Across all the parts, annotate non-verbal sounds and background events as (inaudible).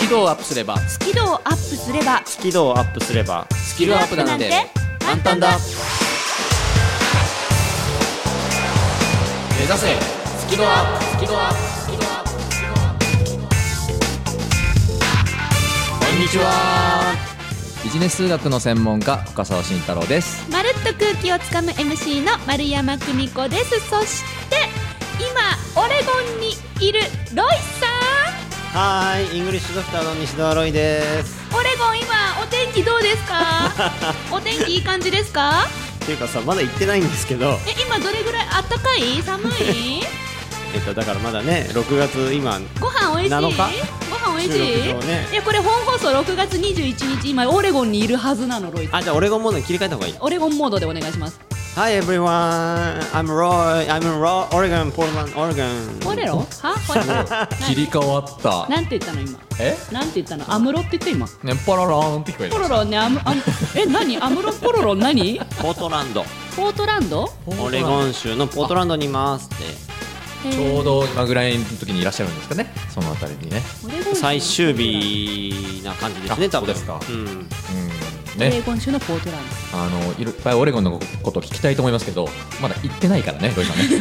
キ度をアップすればスキルをアップすればスキルをアップすればスキルアップなんて簡単だ目指せスキルアップスキルアップスキルアップスキルアップこんにちはビジネス数学の専門家深澤慎太郎ですまるっと空気をつかむ MC の丸山久美子ですそして今オレゴンにいるロイさはーいイングリッシュドクターの西澤ロイですんオレゴン今お天気どうですかお天気いい感じですかっていうかさまだ行ってないんですけどえ今どれぐらいあったかい寒いえっとだからまだね6月今ご飯おいしい7ご日飯おいしい、収録上ねいやこれ本放送6月21日今オレゴンにいるはずなのロイさんあじゃあオレゴンモードに切り替えた方がいいオレゴンモードでお願いします Hi everyone I'm Roy I'm in Ro Oregon Portland Oregon オレロはは (laughs) 切り替わったなんて言ったの今えなんて言ったのアムロって言った今ねパララーンって聞こえポたロロねアムアムえ何アムロポロロ何ポートランドポートランドオレゴン州のポートランドにいますっえちーょうど今ぐらいの時にいらっしゃるんですかねそのあたりにねオレゴてン州最終日な感じですねあ多分そうですかんうんオレねゴン州のポートランあのいろいっぱいオレゴンのこと聞きたいと思いますけどまだ行ってないからねロイさんね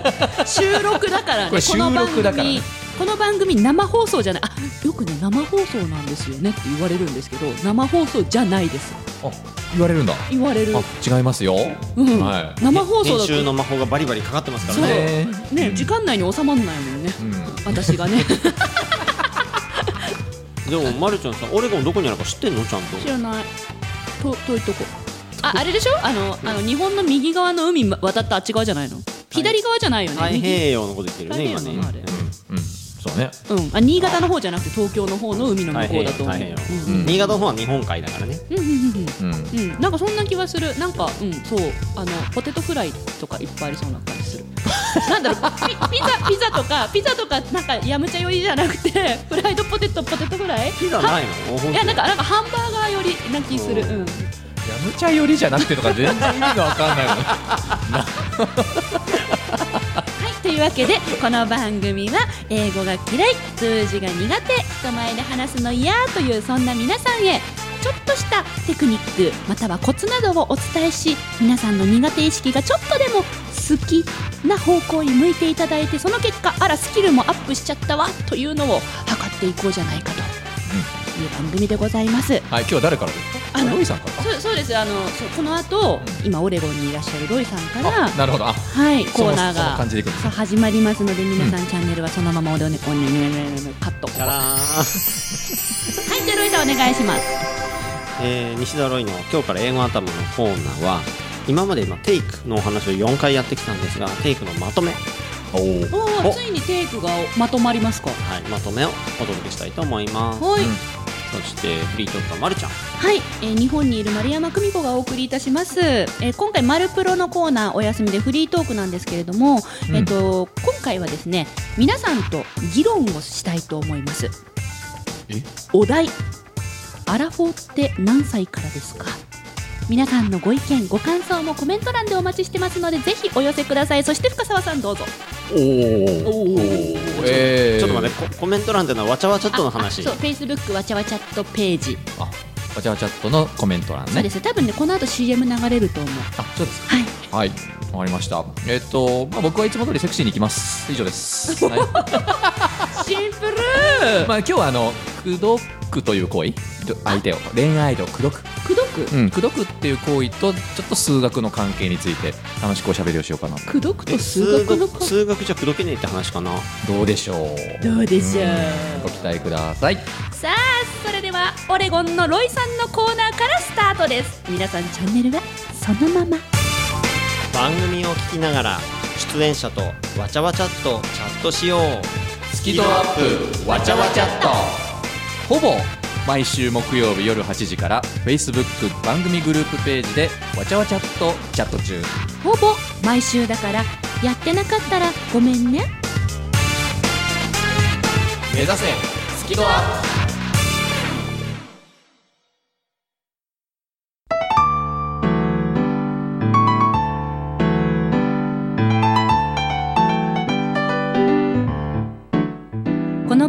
(laughs) ド収録だからねこれ収録だからねこの番組この番組生放送じゃないあよくね生放送なんですよねって言われるんですけど生放送じゃないですあ言われるんだ言われるあ違いますよ、うん、はい生放送だ編集との魔法がバリバリかかってますからそうねねね時間内に収まんないもんねうん、私がねでもまるちゃんさオレゴンどこにあるか知ってんのちゃんと (laughs) 知らないと遠いとこああれでしょあのあの日本の右側の海渡ったあっち側じゃないの左側じゃないよね太右平洋のこと言ってるね今太ね平洋のあれうん、そうねうん、あ新潟の方じゃなくて東京の方の海の向こうだと思う。太平洋太平う洋んうん新潟の方は日本海だからねうんううんんうんうんうんなんかそんな気はする。なんかうんそうあのポテトフライとかいっぱいありそうな感じする。 (laughs) なんだろうピピザピザとかピザとかなんかやむちゃ寄りじゃなくてフライドポテトポテトフライ？ピザはないのいやなんかなんかハンバーガー寄りな気する。うん。やむちゃ寄りじゃなくてとか全然意味がわかん (laughs) ないもんはい、というわけでこの番組は英語が嫌い数字が苦手人前で話すの嫌というそんな皆さんへちょっとしたテクニックまたはコツなどをお伝えし皆さんの苦手意識がちょっとでも好きな方向に向いていただいてその結果あらスキルもアップしちゃったわというのを測っていこうじゃないかという番組でございます。はい今日は誰からですかあのロイさんからそうそうですあのそうこの後今オレゴンにいらっしゃるロイさんからあなるほどあはいコーナーそのそのが感じでいくんですさあ始まりますので皆さん、チャンネルはそのままおでおねおねおねおねおねおねカットだはいらーんじゃあロイさんお願いします (laughs) えー西田ロイの「今日から英語頭」のコーナーは今まで今テイクのお話を4回やってきたんですがテイクのまとめ、はおお、うん、おおおついにテイクがまとまりますかい、まとめをお届けしたいと思いますはい、そしてフリートークはまるちゃんはい、えー日本にいる丸山久美子がお送りいたします、えー今回「マルプロ」のコーナーお休みでフリートークなんですけれども、うんえっと今回はですね皆さんと議論をしたいと思いますえお題アラフォーって何歳からですか皆さんのご意見ご感想もコメント欄でお待ちしてますのでぜひお寄せくださいそして深澤さんどうぞおーおーおーえー、ちょっと待ってココメント欄ってのはわちゃわちゃっとの話ああそう Facebook わちゃわちゃっとページ、あわちゃわちゃっとのコメント欄ねそうです多分ねこの後 CM 流れると思うあそうですはいはいわかりましたえっ、とまあ僕はいつも通りセクシーに行きます以上 (laughs) です、はい、シンプルまあ今日はあの口説くという行為ど相手を恋愛と口説くくどくうん、口説くっていう行為とちょっと数学の関係について楽しくおしゃべりをしようかなくどくえと数学の数こ学数学じゃ口説けねえって話かなどうでしょうどうでしょうんご期待くださいさあそれではオレゴンのロイさんのコーナーからスタートです皆さんチャンネルはそのまま番組を聞きながら出演者とわちゃわちゃっとチャットしようスキドアップわちゃわちゃっとほぼ毎週木曜日夜8時から Facebook 番組グループページでわちゃわちゃっとチャット中ほぼ毎週だからやってなかったらごめんね目指せスキドアップこの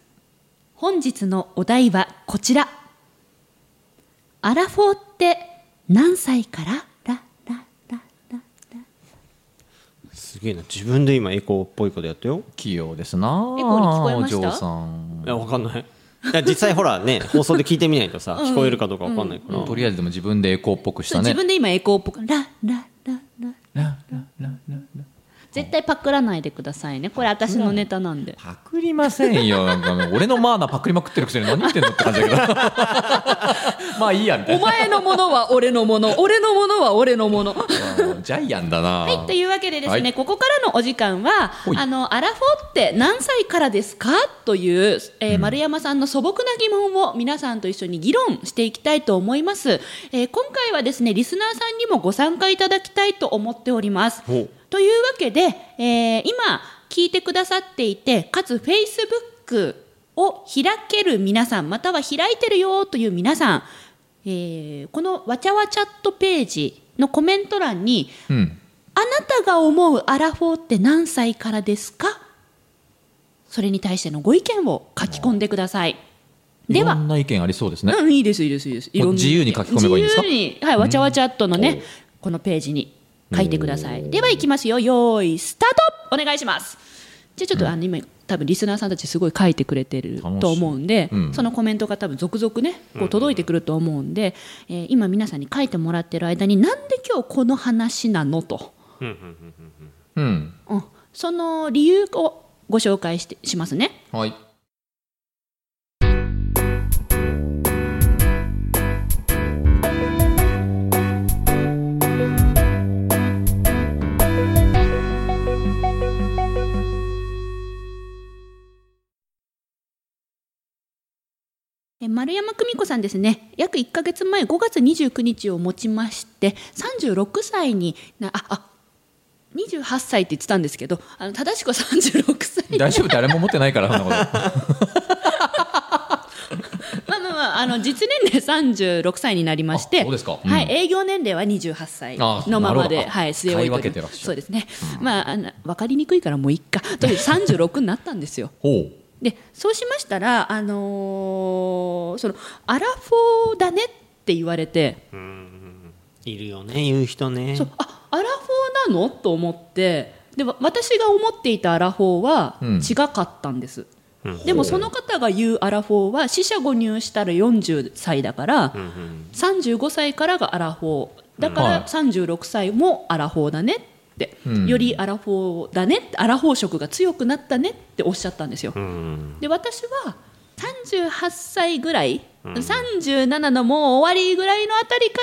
本日のお題はこちらアラフォーって何歳からラララララすげえな、自分で今エコーっぽいことやったよ。器用ですなエコーに聞こえましたお嬢さんいや、わかんない。いや実際ほら (laughs) ね、放送で聞いてみないとさ、聞こえるかどうかわかんないから。とりあえずでも自分でエコーっぽくしそたうね自分で今エコーっぽくラララララララララ絶対パクらないでくださいねこれ私のネタなんで、パクりませんよなんかもう俺のマーナパクりまくってるくせに何言ってんのって感じだけど (laughs) まあいいやみたいお前のものは俺のもの俺のものは俺のものなうんジャイアンだなはい、というわけでですね、はいここからのお時間はほい、あの、アラフォーって何歳からですかという、えー丸山さんの素朴な疑問を皆さんと一緒に議論していきたいと思います。えー今回はですね、リスナーさんにもご参加いただきたいと思っております。ほうというわけで、えー今聞いてくださっていてかつ Facebook を開ける皆さんまたは開いてるよという皆さん、えーこのわちゃわチャットページのコメント欄にうんあなたが思うアラフォーって何歳からですかそれに対してのご意見を書き込んでください。でいろはんな意見ありそうですね、うん、いいです、いいです、いいです。いろんな自由に書き込めばいいんですか自由に、はい、わちゃわちゃっとのうんおう、ねこのページに書いてください。では、いきますよ。用意、スタートお願いします。じゃあ、ちょっと、あの、今、多分リスナーさんたちすごい書いてくれてる楽しいと思うんで、うんそのコメントが多分続々ね、こう届いてくると思うんで、えー今皆さんに書いてもらってる間に、なんで今日この話なのと。うんうん、その理由をご紹介してしますね。はいえ丸山久美子さんですね約1ヶ月前5月29日をもちまして36歳になああ28歳って言ってたんですけどあの正しくは36歳大丈夫誰も持ってないからそんなこと (laughs) まあまあまああの実年齢36歳になりましてあそうですかはうい、ん営業年齢は28歳あのまなまるで、ほどはい、据え置いて使いおります分けてらっしゃるそうですね、まああの分かりにくいからもういっかという36になったんですよほうでそうしましたら、あのーそのアラフォーだねって言われて、いるよね、言う人ねそ。うあアラフォーなのと思ってでわ私が思っていたアラフォーはうん違かったんです、うんでもその方が言うアラフォーは四捨五入したら40歳だから、うんうん35歳からがアラフォーだかはいら36歳もアラフォーだねって、うんよりアラフォーだねってアラフォー色が強くなったねっておっしゃったんですよ、うんで私は38歳ぐらい、37のもう終わりぐらいのあたりか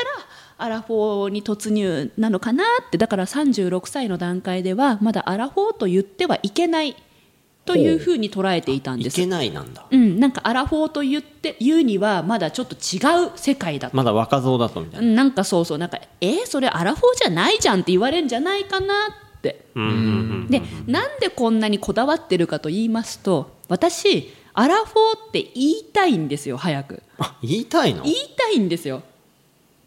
らアラフォーに突入なのかなってだから36歳の段階ではまだアラフォーと言ってはいけないというふうに捉えていたんでいすけないなんだうん、なんかアラフォーと言って言うにはまだちょっと違う世界だと、まだ若造だとみたいなうんなんかそうそうなんかえーそれアラフォーじゃないじゃんって言われるんじゃないかなってうんうんうんでなんでこんなにこだわってるかと言いますと私アラフォーって言いたいんですよ早くあ言いたいの言いたいんですよ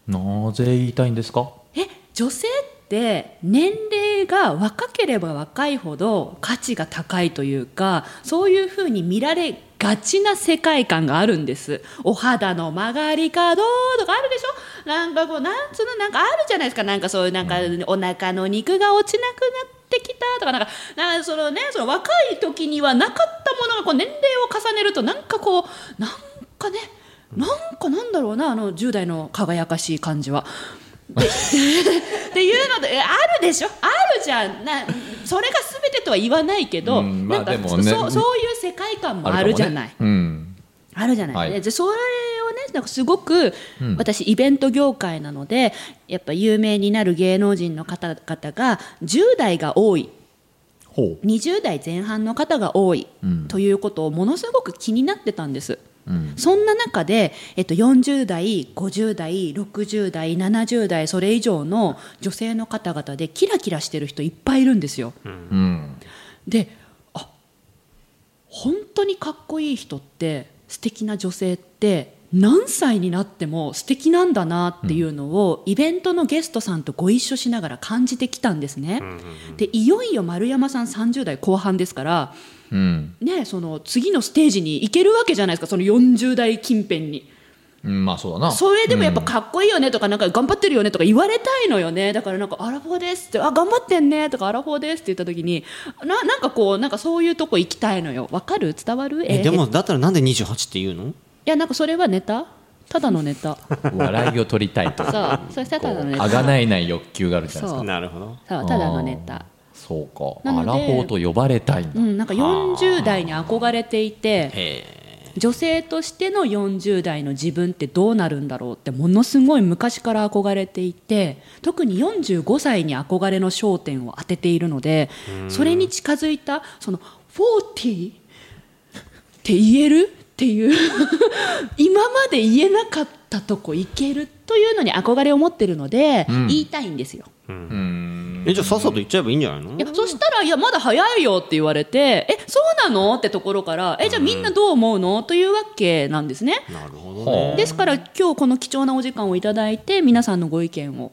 なぜ言いたいんですかえ女性って年齢が若ければ若いほど価値が高いというかそういうふうに見られがちな世界観があるんですお肌の曲がり角とかあるでしょなんかこうなんつうのなんかあるじゃないですかなんかそういうなんかお腹の肉が落ちなくなってきたとかなんかなんかそのねその若い時にはなかったものがこう年齢を重ねるとなんかこうなんかねなんかなんだろうなあの10代の輝かしい感じは。っていうのでえあるでしょあるじゃんなそれが全てとは言わないけど、うんまあなんかでもねそうそういう世界観もあるじゃないある,、かもねうんじゃない、はいでそれをねなんかすごく、うん私イベント業界なのでやっぱ有名になる芸能人の方々が10代が多いほ20代前半の方が多い、うんということをものすごく気になってたんです。う、うん、そんな中で、えっと、40代、50代、60代、70代、それ以上の女性の方々で、キラキラしてる人いっぱいいるんですよ。うん、で、あ本当にかっこいい人って、素敵な女性って、何歳になっても素敵なんだなっていうのを、イベントのゲストさんとご一緒しながら感じてきたんですね。で、いよいよ丸山さん30代後半ですから、うん、ね、その次のステージに行けるわけじゃないですか、その40代近辺に。うん、まあそうだなそれでもやっぱかっこいいよねとか、なんか頑張ってるよねとか言われたいのよね、だからなんか、アラフォーですって、あ頑張ってんねとか、アラフォーですって言った時に、ななんかこう、なんかそういうとこ行きたいのよ、わかる伝わるえでいもだったらなんで28って言うのや、なんかそれはネタただのネタ。笑いを取りたいとそう、それただのネタ。あがないない欲求があるじゃないですそうかなるほどそうただのネタ。そうかなのアラでフォーと呼ばれたいんうだ、ん、なんか40代に憧れていてえ女性としての40代の自分ってどうなるんだろうってものすごい昔から憧れていて特に45歳に憧れの焦点を当てているのでそれに近づいたその40って言えるっていう (laughs) 今まで言えなかったとこ行けるというのに憧れを持ってるので、うん言いたいんですよ。うんえじゃあさっさと言っちゃえばいいんじゃないのいやそしたら、いや、まだ早いよって言われて、え、そうなのってところから、え、じゃあみんなどう思うのというわけなんですね。なるほどねですから、今日この貴重なお時間をいただいて、皆さんのご意見を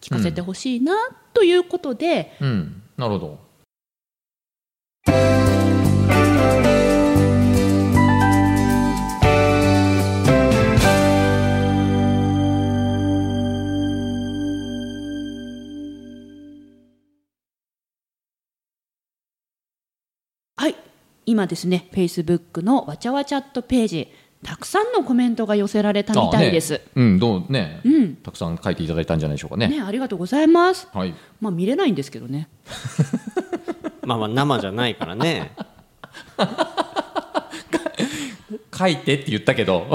聞かせてほしいな、ということで、うん、なるほどはい、今ですね、Facebook のわちゃわチャットページ、たくさんのコメントが寄せられたみたいです。あね、うんどうね、うん。たくさん書いていただいたんじゃないでしょうかねね、ありがとうございます。はいまあ、見れないんですけどね。まあまあ生じゃないからね書いてって言ったけ (laughs) ど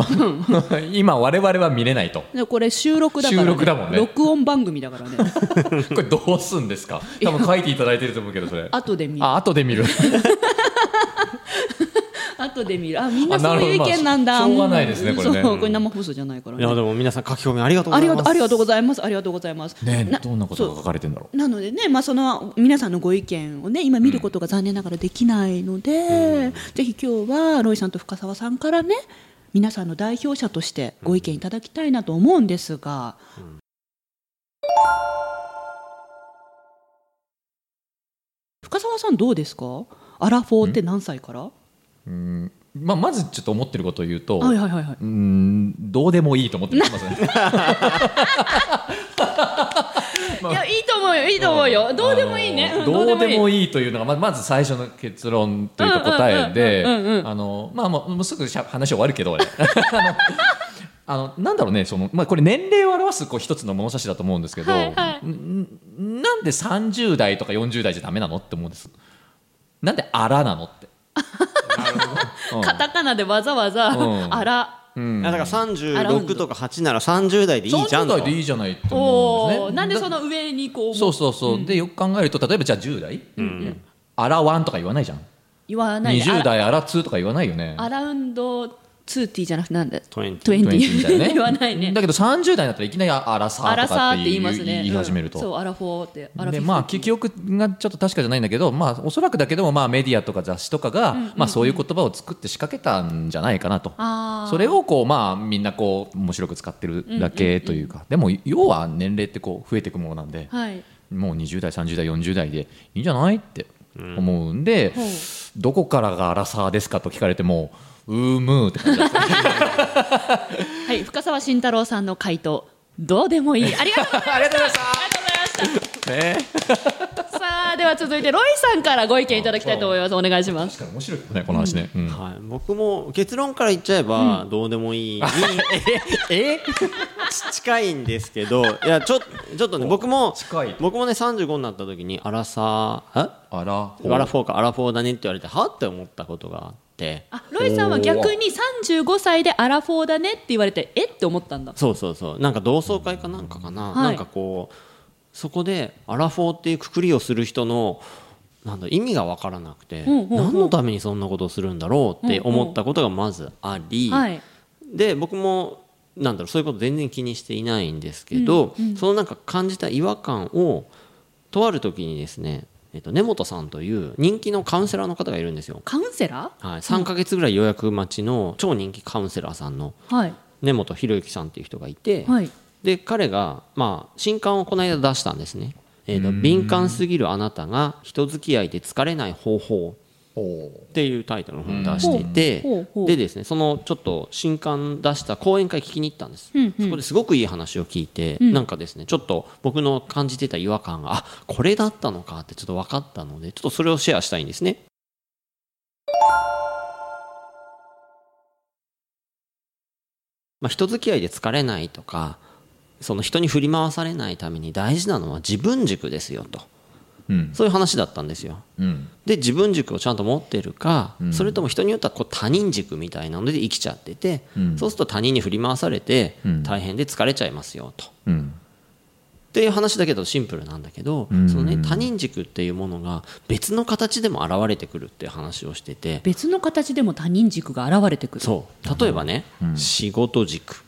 今我々は見れないとでこれ収録だから、収録だもんね録音番組だか (laughs) らね。これどうすんですか多分書いていただいてると思うけどそれ後で見る。あ後で見 (laughs) る後で見る。あ、みんなあなそうるほどいう意見なんだ。まあしょうがないですねうんこれねそううんこれ生放送じゃないからいやね。でも皆さん書き込みありがとうごあざりがいとまう、すありがとうございます。ありがとうございます。ねなどんなことそがう書かれてんだろなのでね、まあ、その皆さんのご意見をね今見ることが残念ながらできないので、ぜひ今日はロイさんと深澤さんからね皆さんの代表者としてご意見いただきたいなと思うんですが、深澤さんどうですかアラフォーって何歳からはううん、まあ、まずちょっと思ってることを言うと、いはいはいはいうーんどうでもいいと思ってますねいやいいと思うよいいと思うよ、どうでもいいね、あのどうでもいいいいというのがままず最初の結論というか答えでうんうんうんうんうんうんあのまあもうもうすぐしゃ話終わるけど俺 (laughs) あのあのなんだろうねその、まあ、これ年齢を表すこう一つの物差しだと思うんですけど、はいはいんなんで30代とか40代じゃダメなのって思うんですなんで「あら」なのって。うんカタカナでわざわざ、うんあらうんいやだから36とか8なら30代でいいじゃん30と代でいいじゃないと思うんですねおーなんでその上にこうそうそうそう、でよく考えると例えばじゃあ10代、あらわんとか言わないじゃん言わないで20あら代アラ2とか言わないよねアラウンド 2T じゃなくてなんだ20 20 20みたいなね言わないねだけど30代になったらいきなりアラサアーラとかサっーってて言言いいますね言い始めると、うんそうアラフォーってアラフィでフまあ記記憶がちょっと確かじゃないんだけど、まあ、おそらくだけども、まあ、メディアとか雑誌とかが、まあ、そういう言葉を作って仕掛けたんじゃないかなとあーそれをこう、まあ、みんなこう面白く使ってるだけというか、でも要は年齢ってこう増えていくものなんではいもう20代30代40代でいいんじゃないって思うんで、ほうどこからがアラサーですかと聞かれてもうーむーって感じだったはい深澤慎太郎さんの回答どうでもい (laughs) いありがとうございまありがとうございしたます、 (laughs) ね、さあでは続いてロイさんからご意見いただきたいと思いますお願いします確かに面白いねこの話ね、うんはい、僕も結論から言っちゃえば、どうでもいいにえ近いんですけどいやちょちょっとね僕も近い僕もね35になった時にアラサーあらえアラフォーかアラフォーだねって言われてはって思ったことがあってあロイさんは逆に35歳でアラフォーだねって言われてえって思ったんだそうそうそうなんか同窓会かなんかかな、はいなんかこうそこでアラフォーっていうくくりをする人のなんだ意味が分からなくて、うんうんうん何のためにそんなことをするんだろうって思ったことがまずあり、はいで僕もなんだろうそういうこと全然気にしていないんですけど、そのなんか感じた違和感をとある時にですね、えっと、根本さんという人気のカウンセラーの方がいるんですよ、カウンセラはい、3ヶ月ぐらい予約待ちの超人気カウンセラーさんのーはい根本博之さんっていう人がいて、はいで彼が、まあ、新刊をこの間出したんですね、えーと「敏感すぎるあなたが人付き合いで疲れない方法」ほっていうタイトルの本を出しうんてほうほうほてうでですねそのちょっと新刊出した講演会聞きに行ったんです、うんうんそこですごくいい話を聞いて、なんかですねちょっと僕の感じてた違和感があこれだったのかってちょっと分かったのでちょっとそれをシェアしたいんですねまあ、人付き合いで疲れないとかその人に振り回されないために大事なのは自分軸ですよとううんそういう話だったんですようんで自分軸をちゃんと持ってるか、それとも人によってはこう他人軸みたいなので生きちゃってて、うんそうすると他人に振り回されてうん大変で疲れちゃいますよと。うんっていう話だけどシンプルなんだけど、んそのね、他人軸っていうものが別の形でも現れてくるっていう話をしてて別の形でも他人軸が現れてくるそう例えばね、仕事軸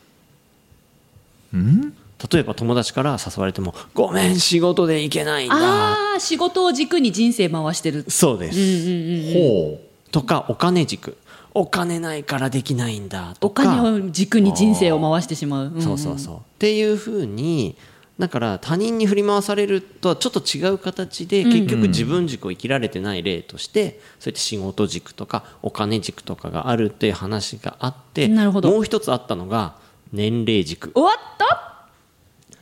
うん例えば友達から誘われても「ごめん仕事で行けないんだああ仕事を軸に人生回してる」そうです、ほとかお金軸「お金ないからできないんだ」とおか金を軸に人生を回してしまう、うんそうそうそう。っていうふうにだから他人に振り回されるとはちょっと違う形で結局自分軸を生きられてない例としてそうやって仕事軸とかお金軸とかがあるっていう話があってなるほどもう一つあったのが年齢軸おっとう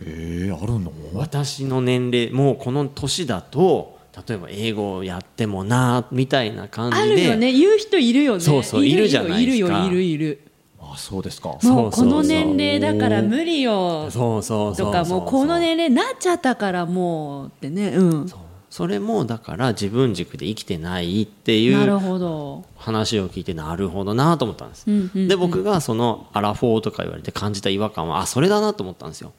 えー、あるの私の年齢もうこの年だと例えば英語をやってもなみたいな感あじるよでね言う人いるよねそうそういるじゃないでいるすかよいるよいるあそうですかもうそこうそうそうの年齢だから無理よそうそうそうとかもうこの年齢になっちゃったからもうってねうんそれもだから自分軸で生きてないっていなうるほど話を聞いてなるほどなと思ったんです、うんうんで僕がそのアラフォーとか言われて感じた違和感はあそれだなと思ったんですよ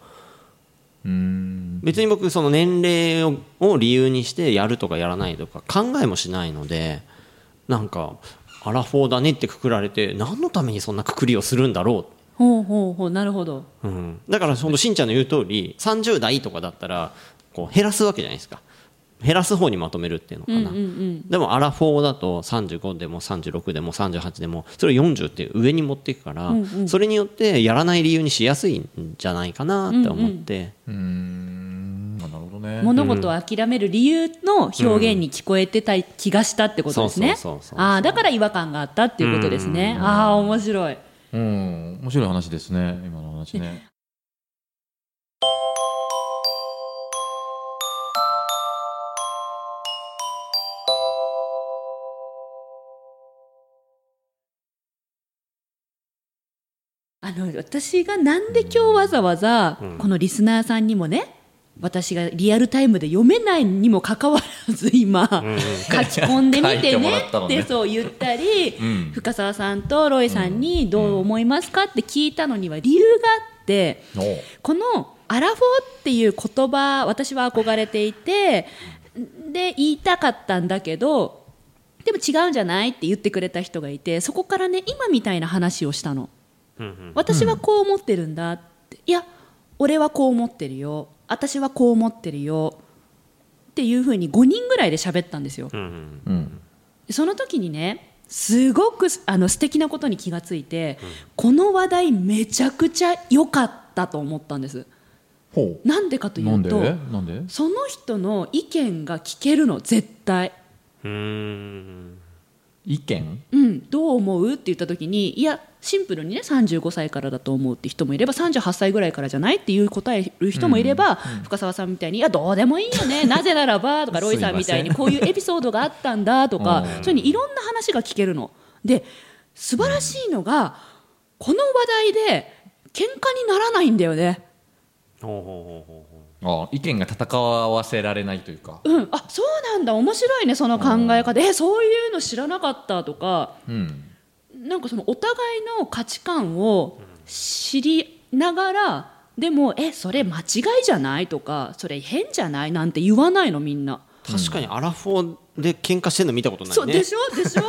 うん別に僕その年齢をを理由にしてやるとかやらないとか考えもしないのでなんかアラフォーだねってくくられて何のためにそんなくくりをするんだろほうほうほうなるほどう、うん、だからそのしんちゃんの言う通り30代とかだったらこう減らすわけじゃないですか減らす方にまとめるっていうのかな、うんうんでもアラフォーだと35でも36でも38でもそれを40っていう上に持っていくから、それによってやらない理由にしやすいんじゃないかなって思って、うんあなるほどね物事を諦める理由の表現に聞こえてた気がしたってことですうんねそうそうそうそうああだから違和感があったっていうことですねああ面白いうん面白い話ですね今の話ねあの私がなんで今日わざわざこのリスナーさんにもね私がリアルタイムで読めないにもかかわらず今、書き込んでみてね書いてもらったっのてねそう言ったり、ん深澤さんとロイさんにどう思いますかって聞いたのには理由があって、おうこのアラフォーっていう言葉私は憧れていてで言いたかったんだけどでも違うんじゃないって言ってくれた人がいてそこからね今みたいな話をしたのうんうん私はこう思ってるんだって、いや俺はこう思ってるよ私はこう思ってるよっていうふうに5人ぐらいで喋ったんですようんうんうんその時にねすごくあの素敵なことに気がついて、この話題めちゃくちゃ良かったと思ったんですほなんでかとういなんうでとなんでその人の意見が聞けるの絶対うーん意見うん、どう思うって言った時にいやシンプルにね35歳からだと思うって人もいれば38歳ぐらいからじゃないっていう答える人もいれば、深澤さんみたいにいやどうでもいい (laughs) よねなぜならばとかロイさんみたいにすいませんこういうエピソードがあったんだとかうんそういうふうにいろんな話が聞けるの。で素晴らしいのがこの話題で喧嘩にならないんだよね。ほうほうほうほうほうあ意見が戦わせられないというかうん、あそうなんだ面白いねその考え方、えそういうの知らなかったとかうんなんかそのお互いの価値観を知りながらでもえそれ間違いじゃないとかそれ変じゃないなんて言わないのみんな、確かにアラフォーで喧嘩してんの見たことないねそうでしょでしょ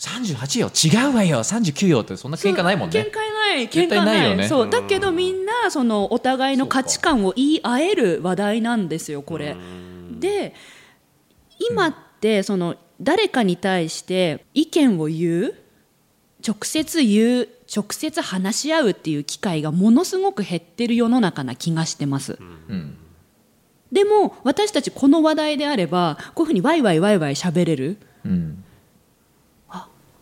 38よ違うわよ39よってそんな喧嘩ないもん喧ね嘩ない喧絶嘩対ないないよねそうだけどみんなそのお互いの価値観を言い合える話題なんですよこれで今ってその誰かに対して意見を言う直接言う直接話し合うっていう機会がものすごく減ってる世の中な気がしてます、うんでも私たちこの話題であればこういうふうにワイワイワイワイ喋れるうん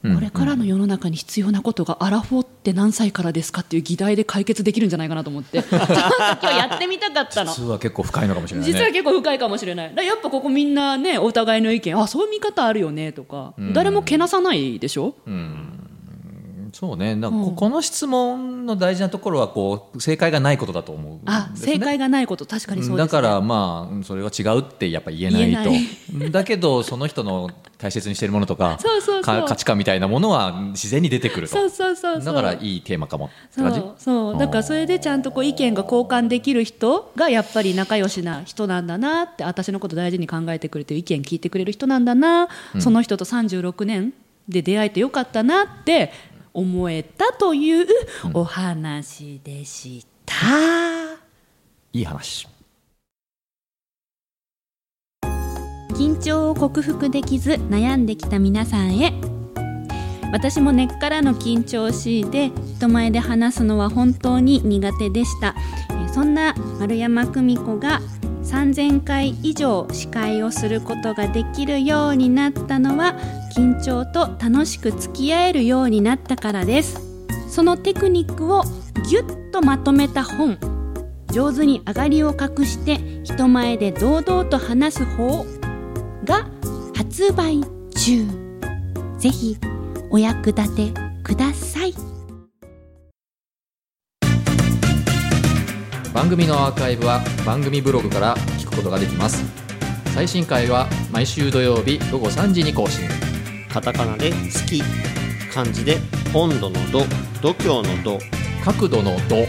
うんこれからの世の中に必要なことがアラフォーって何歳からですかっていう議題で解決できるんじゃないかなと思っ (laughs) てちょっと今日やってみたかったの実は結構深いのかもしれないね実は結構深いかもしれないだからやっぱここみんなねお互いの意見あそういう見方あるよねとか、うん誰もけなさないでしょ、そうねなんかこうんこの質問の大事なところはこう正解がないことだと思うんですねあ正解がないこと確かにそうです、だね、からまあうんそれは違うってやっぱ言えないと (laughs) 言だけどその人の大切にしてるものとかそうそうそうか価値観みたいなものは自然に出てくるとそうそうそうそうだからいいテーマかもってそ感じうそうだからそれでちゃんとこう意見が交換できる人がやっぱり仲良しな人なんだなって私のこと大事に考えてくれて意見聞いてくれる人なんだな、その人と36年で出会えてよかったなって思えたというお話でした。いい話緊張を克服できず悩んできた皆さんへ私も根っからの緊張を強いて人前で話すのは本当に苦手でしたえーそんな丸山久美子が3000回以上司会をすることができるようになったのは緊張と楽しく付き合えるようになったからですそのテクニックをぎゅっとまとめた本上手に上がりを隠して人前で堂々と話す方が発売中ぜひお役立てください番組のアーカイブは番組ブログから聞くことができます最新回は毎週土曜日午後3時に更新カタカナで「好き」漢字で「温度の度」「度胸の度」角度の度「好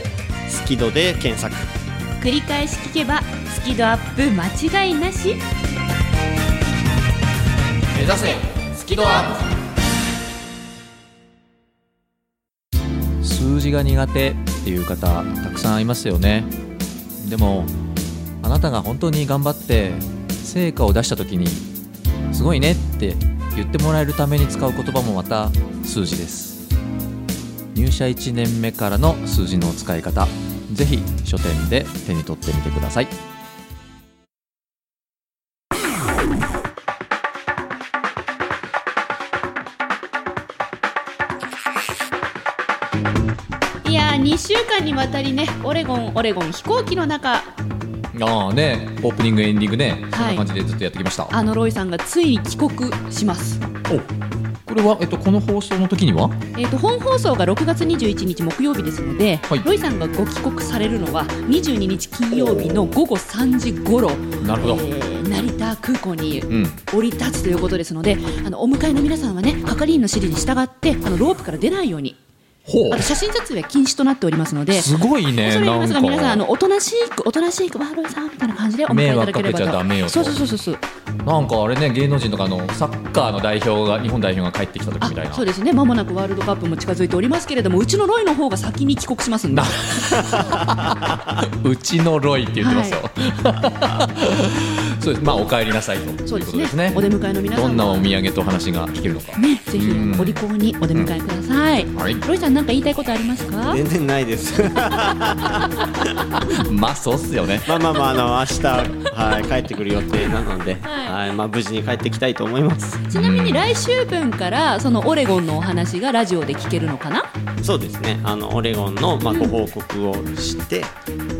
き度」で検索繰り返し聞けばスキドアップ間違いなし目指せスキドアップ数字が苦手っていう方たくさんいますよねでもあなたが本当に頑張って成果を出した時に「すごいね」って言ってもらえるために使う言葉もまた数字です入社1年目からの数字の使い方ぜひ書店で手に取ってみてくださいいやー2週間にわたりねオレゴンオレゴン飛行機の中ああねオープニングエンディングね、そんはない感じでずっとやってきましたあのロイさんがついに帰国しますおこれは、えっと、この放送の時にはえー、と本放送が6月21日木曜日ですので、はいロイさんがご帰国されるのは22日金曜日の午後3時頃なるほどえー成田空港にうん降り立つということですのであのお迎えの皆さんはね係員の指示に従ってあのロープから出ないようにほうあと写真撮影は禁止となっておりますので。すごいね恐れ入りなまんすかが皆さんあのおとなしくおとなしくワールドさんみたいな感じでお迎えいただければ迷惑かとけちゃダメよとそうそうそうそうそうなんかあれね芸能人とかのサッカーの代表が日本代表が帰ってきた時みたいあなそうですねまもなくワールドカップも近づいておりますけれどもうちのロイの方が先に帰国しますんでなうちのロイって言ってますよ、 (laughs) そうですまあお帰りなさいとそういうこですとねですねお出迎えの皆さんどはんなお土産とお話が聞ける (laughs) のかねぜひうんお利口にお出迎えください、はいロイさん何か言いたいことありますか全然ないですまあそうっすよねまあまあまああの明日、はい、帰ってくる予定なので、ははいまあ、無事に帰ってきたいと思いますちなみに来週分からそのオレゴンのお話がラジオで聞けるのかなそうですねあのオレゴンの、まあ、ご報告をして、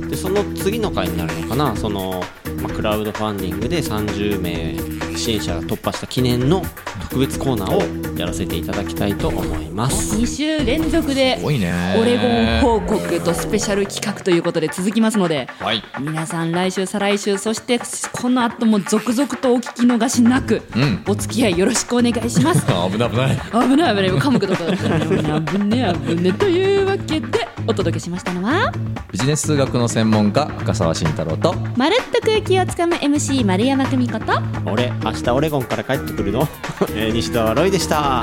でその次の回になるのかなその、まあ、クラウドファンディングで30名支援者が突破した記念の特別コーナーをやらせていただきたいと思います2週連続ですごいねオレゴン報告とスペシャル企画ということで続きますのではい皆さん来週再来週そしてこの後も続々とお聞き逃しなく、うんお付き合いよろしくお願いします (laughs) あ危ない危ない危ない危ない噛むことか危ね危ねというわけでお届けしましたのはビジネス数学の専門家深澤慎太郎と「まるっと空気をつかむ MC 丸山久美子」と俺明日オレゴンから帰ってくるの、 (laughs) えー西川ロイでした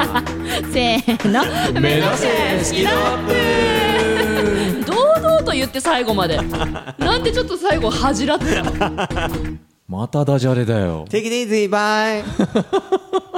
せーの目指せスキルアップ (laughs) 堂々と言って最後までなんでちょっと最後恥じらってたまたダジャレだよ定期で e a s y バイ